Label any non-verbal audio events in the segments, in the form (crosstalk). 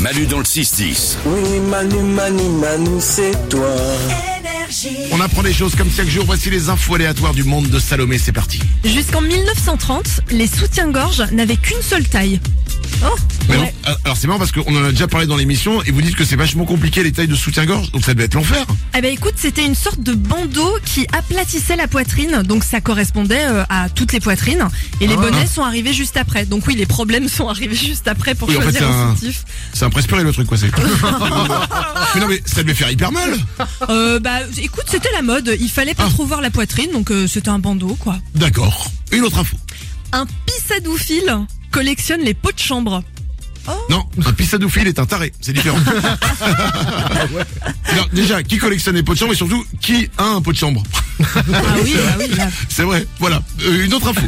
Manu dans le 6-10. Oui, Manu, Manu, Manu, c'est toi. On apprend des choses comme chaque jour. Voici les infos aléatoires du monde de Salomé. C'est parti. Jusqu'en 1930, les soutiens-gorge n'avaient qu'une seule taille. Oh Mais ouais. non, euh, alors c'est marrant parce qu'on en a déjà parlé dans l'émission et vous dites que c'est vachement compliqué les tailles de soutien-gorge. Donc ça doit être l'enfer. Eh ben écoute, c'était une sorte de bandeau qui aplatissait la poitrine, donc ça correspondait euh, à toutes les poitrines. Et les Ah. bonnets sont arrivés juste après. Donc oui, les problèmes sont arrivés juste après pour Oui, en fait, choisir c'est un un- soutif. C'est un presse-purée le truc quoi. C'est. mais non mais ça devait faire hyper mal. Euh, bah écoute, c'était la mode. Il fallait pas Ah. trop voir la poitrine, donc euh, c'était un bandeau quoi. D'accord. Une autre info. Un pissadophile collectionne les pots de chambre. Non, un pissadophile est un taré. C'est différent. Non, déjà, qui collectionne les pots de chambre et surtout qui a un pot de chambre. Ah oui, ah oui. là. C'est vrai. Voilà. Euh, une autre info.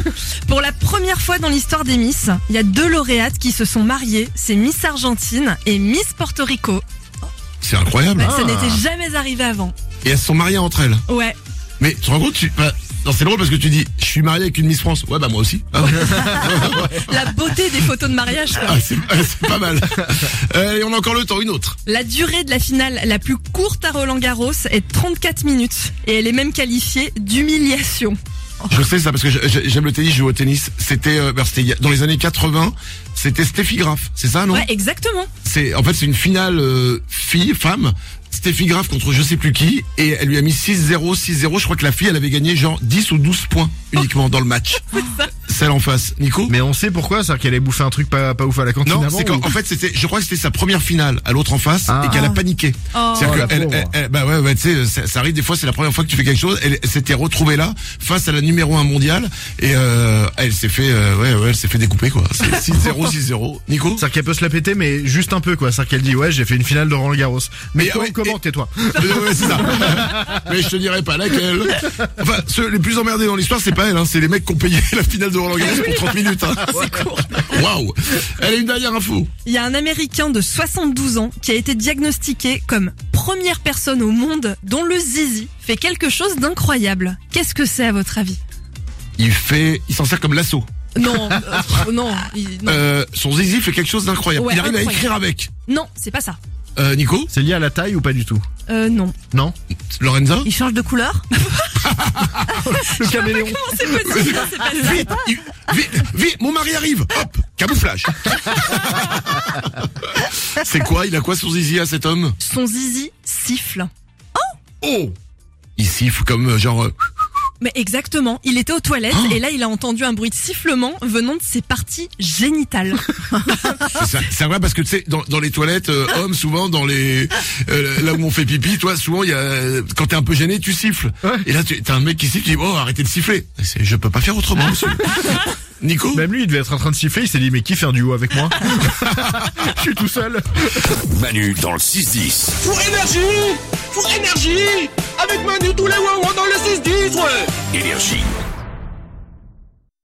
Pour la première fois dans l'histoire des Miss, il y a deux lauréates qui se sont mariées. C'est Miss Argentine et Miss Porto Rico. C'est incroyable. Ouais, Ça n'était jamais arrivé avant. Et elles se sont mariées entre elles. Ouais. Mais tu te rends compte, tu... bah, non, c'est drôle parce que tu dis, je suis marié avec une Miss France. Ouais, bah moi aussi. Ah, ouais. La beauté des photos de mariage. quoi. Ah, c'est c'est pas mal. Euh, et on a encore le temps, une autre. La durée de la finale la plus courte à Roland Garros est 34 minutes et elle est même qualifiée d'humiliation. Je sais ça parce que je- je- j'aime le tennis, je joue au tennis. C'était euh, bah, c'était il y a- dans les années 80, c'était Steffi Graf, c'est ça non Ouais, exactement. C'est en fait c'est une finale euh, fille femme. Steffi Graf contre je sais plus qui et elle lui a mis 6-0 6-0, je crois que la fille elle avait gagné genre 10 ou 12 points uniquement dans le match. Celle en face, Nico Mais on sait pourquoi, c'est-à-dire qu'elle allait bouffer un truc pas, pas ouf à la cantine Non, avant, c'est ou- qu'en en fait c'était, je crois que c'était sa première finale à l'autre en face Ah. et qu'elle a paniqué. Oh. C'est-à-dire Oh, la que elle- pauvre. elle- elle- bah ouais, ouais, tu sais, ça, ça arrive des fois, c'est la première fois que tu fais quelque chose. Elle s'était retrouvée là face à la numéro 1 mondiale et euh, elle s'est fait, euh, ouais, ouais, elle s'est fait découper quoi. C'est (laughs) 6-0, 6-0. Nico. C'est-à-dire qu'elle peut se la péter, mais juste un peu, quoi. C'est-à-dire qu'elle dit, ouais, j'ai fait une finale de Roland Garros. Mais Mais, comment, ouais, comment, et- tais-toi. Euh, ouais, c'est ça. Mais je te dirai pas laquelle. Enfin, ceux les plus emmerdés dans l'histoire, c'est pas elle, hein, c'est les mecs qui ont payé la finale de Roland Garros pour 30 minutes. Hein. C'est court. Waouh. Elle a une dernière info. Il y a un Américain de 72 ans qui a été diagnostiqué comme première personne au monde dont le zizi fait quelque chose d'incroyable. Qu'est-ce que c'est à votre avis Il fait, il s'en sert comme lasso. Non, euh, oh non, il- non, Euh, son zizi fait quelque chose d'incroyable. Ouais, il arrive à incroyable. écrire avec. non c'est pas ça. Euh, Nico, C'est lié à la taille ou pas du tout Euh, non. Non Lorenza, Il change de (laughs) couleur Le caméléon. Comment c'est possible (laughs) hein, C'est pas ça. vite, il- vite, vite, mon mari arrive. Hop, (laughs) camouflage. C'est quoi Il a quoi son zizi à cet homme Son zizi siffle. Oh, il siffle comme euh, genre. euh, Mais exactement, il était aux toilettes Ah. et là il a entendu un bruit de sifflement venant de ses parties génitales. C'est c'est vrai parce que tu sais, dans, dans les toilettes, euh, hommes, souvent, dans les euh, là où on fait pipi, toi, souvent, il y a euh, quand t'es un peu gêné, tu siffles. Et là, tu- t'as un mec qui siffle, tu dis oh, arrêtez de siffler. C'est- Je peux pas faire autrement. (laughs) monsieur. Nico, Même lui, il devait être en train de siffler, il s'est dit, mais qui fait un duo avec moi (laughs) Je suis tout seul. Manu dans le 6-10. Pour énergie Pour énergie Avec Manu tous les wouah dans le 6-10 ouais Énergie.